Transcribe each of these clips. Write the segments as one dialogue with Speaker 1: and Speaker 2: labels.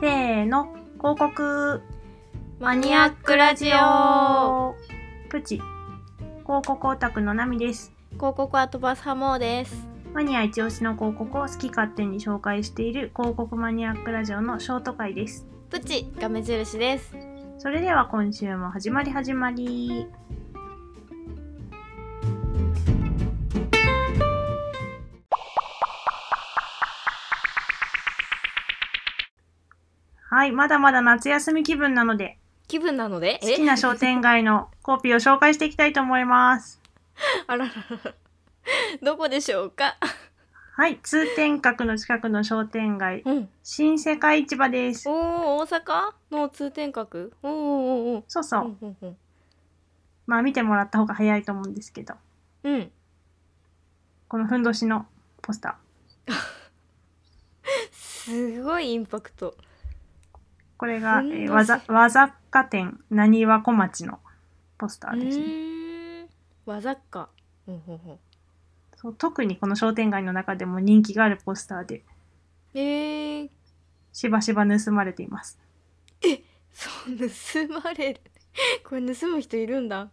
Speaker 1: の広告
Speaker 2: マニアックラジオ
Speaker 1: プチ広告オタクのナミです
Speaker 2: 広告は飛ばすハモーです。
Speaker 1: マニア一押しの広告を好き勝手に紹介している広告マニアックラジオのショート会です
Speaker 2: プチが目印です。
Speaker 1: それでは今週も始まり始まりはいまだまだ夏休み気分なので
Speaker 2: 気分なので
Speaker 1: 好きな商店街のコピーを紹介していきたいと思います。
Speaker 2: あらららら。どこでしょうか
Speaker 1: はい、通天閣の近くの商店街、
Speaker 2: うん。
Speaker 1: 新世界市場です。
Speaker 2: おおー、大阪の通天閣おーおーおーおー
Speaker 1: そうそう、
Speaker 2: うんうんうん。
Speaker 1: まあ見てもらった方が早いと思うんですけど、
Speaker 2: うん。
Speaker 1: このふんどしのポスター、
Speaker 2: すごいインパクト。
Speaker 1: これが、
Speaker 2: ふんどし
Speaker 1: えーわざわざか店なにわ小町のポスタ
Speaker 2: う
Speaker 1: ーですね。
Speaker 2: ーん。わざっか。うんうんうん。
Speaker 1: そう特にこの商店街の中でも人気があるポスターで、
Speaker 2: えー、
Speaker 1: しばしば盗まれています。
Speaker 2: そう、盗まれる。これ盗む人いるんだ。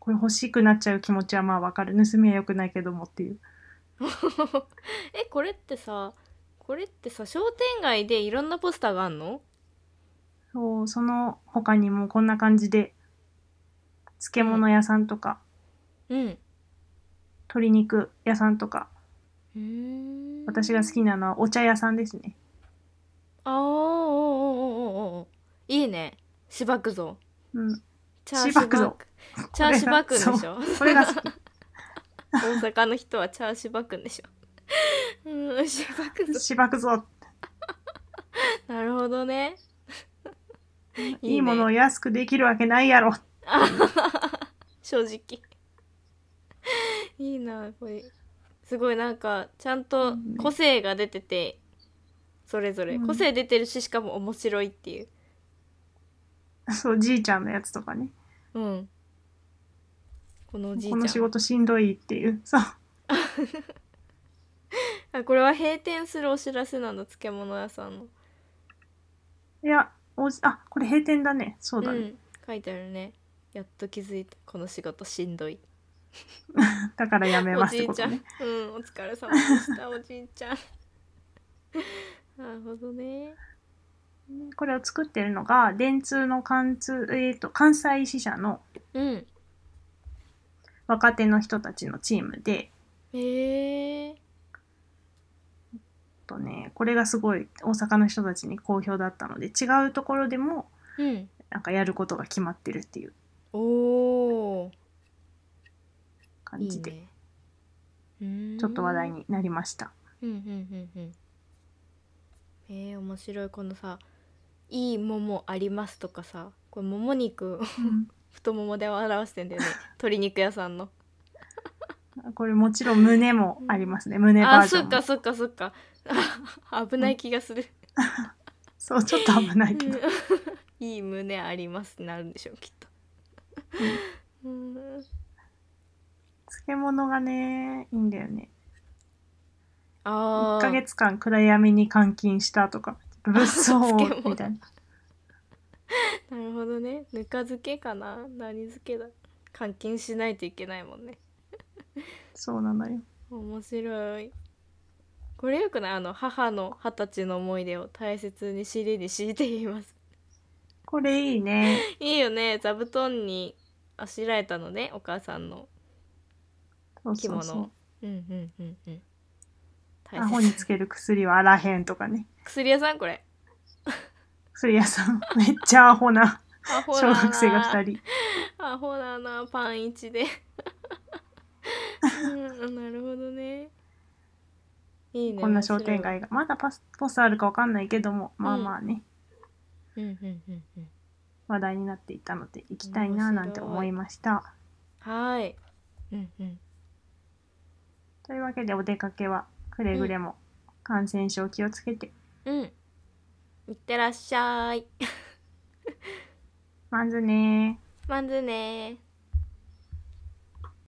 Speaker 1: これ欲しくなっちゃう気持ちはまあわかる。盗みは良くないけどもっていう。
Speaker 2: え、これってさ、これってさ、商店街でいろんなポスターがあんの
Speaker 1: そう、その他にもこんな感じで、漬物屋さんとか、
Speaker 2: うん。
Speaker 1: 鶏肉屋さんとか、
Speaker 2: うーん
Speaker 1: 私が好きなのはお茶屋さんですね。
Speaker 2: あーおーおーおーおーおーいいねしばくぞ
Speaker 1: うん。
Speaker 2: チャー
Speaker 1: し
Speaker 2: シ
Speaker 1: ば
Speaker 2: ュ
Speaker 1: く
Speaker 2: バ
Speaker 1: ぞ
Speaker 2: クチャーシュバクでしょ
Speaker 1: そこれが好き。
Speaker 2: 大阪の人はチャーシュバクでし ょうんしばくぞ
Speaker 1: しばくぞ。
Speaker 2: なるほどね いいね
Speaker 1: いいものを安くできるわけないやろ。
Speaker 2: あははは正直 いいなこれすごいなんかちゃんと個性が出ててそれぞれ
Speaker 1: うん
Speaker 2: 個性出てるししかも面白いっていう
Speaker 1: そう、じいちゃんのやつとかね。
Speaker 2: うんこのおじいちゃ
Speaker 1: こ
Speaker 2: ん
Speaker 1: の仕事しんどいっていう。そう。
Speaker 2: あこれは閉店するお知らせなんだ漬物屋さんの
Speaker 1: いや、おじ、あ、これ閉店だね。そうだ
Speaker 2: う
Speaker 1: ね。
Speaker 2: ん、書いてあるねやっと気づいたこの仕事しんどい
Speaker 1: だからやめ
Speaker 2: お
Speaker 1: ますって
Speaker 2: じい
Speaker 1: こ
Speaker 2: ちゃ
Speaker 1: と
Speaker 2: ん、
Speaker 1: ね。
Speaker 2: うんお疲れ様 でしたおじいちゃん なるほどね
Speaker 1: これを作ってるのが、電通の関通、えっ、と、関西支社の
Speaker 2: うん
Speaker 1: 若手の人たちのチームで、
Speaker 2: へえ
Speaker 1: とね、これがすごい大阪の人たちに好評だったので、違うところでも、
Speaker 2: うん
Speaker 1: なんかやることが決まってるっていう
Speaker 2: おー
Speaker 1: 感
Speaker 2: いい
Speaker 1: じで、
Speaker 2: ねうーん
Speaker 1: ちょっと話題になりました。
Speaker 2: うんうんうんうんえー、面白いこのさ「いい桃あります」とかさこれ桃肉 太ももで表してん だよね鶏肉屋さんの
Speaker 1: これもちろん胸もありますね。胸バー
Speaker 2: あ
Speaker 1: ジョン
Speaker 2: そっ
Speaker 1: も
Speaker 2: か。そっかそっか あ危ない気がする、
Speaker 1: そう、ちょっと危ないけど。
Speaker 2: うんいい胸ありますってなるんでしょうきっと うん
Speaker 1: 漬物がね、いいんだよね。1
Speaker 2: あー
Speaker 1: ヶ月間暗闇に監禁したとか、物騒
Speaker 2: 漬物
Speaker 1: みたいな。
Speaker 2: なるほどねぬか漬けかな何漬けだ監禁しないといけないもんね
Speaker 1: そうなのよ。
Speaker 2: 面白いこれよくないあの母の二十歳の思い出を大切に尻に敷いています
Speaker 1: これいいね。
Speaker 2: いいよね座布団にあしらえたのねお母さんの
Speaker 1: そう
Speaker 2: 着
Speaker 1: そ
Speaker 2: 物
Speaker 1: うそう。
Speaker 2: うんうんうんうん大
Speaker 1: アホにつける薬はあらへんとかね。
Speaker 2: 薬屋さんこれ
Speaker 1: 薬屋さん、めっちゃアホな
Speaker 2: アホだ
Speaker 1: 小
Speaker 2: な
Speaker 1: 学生が2人。
Speaker 2: アホだなパン一で うんなるほどねいいね
Speaker 1: こんな商店街が。まだパスポスターあるかわかんないけども、まあまあね、
Speaker 2: 面白いうんうんうんうん
Speaker 1: 話題になっていたので、行きたいななんて思いました。
Speaker 2: はーいうんうん
Speaker 1: というわけでお出かけはくれぐれも感染症気をつけて、
Speaker 2: うんいってらっしゃい
Speaker 1: まずねー。
Speaker 2: まずねー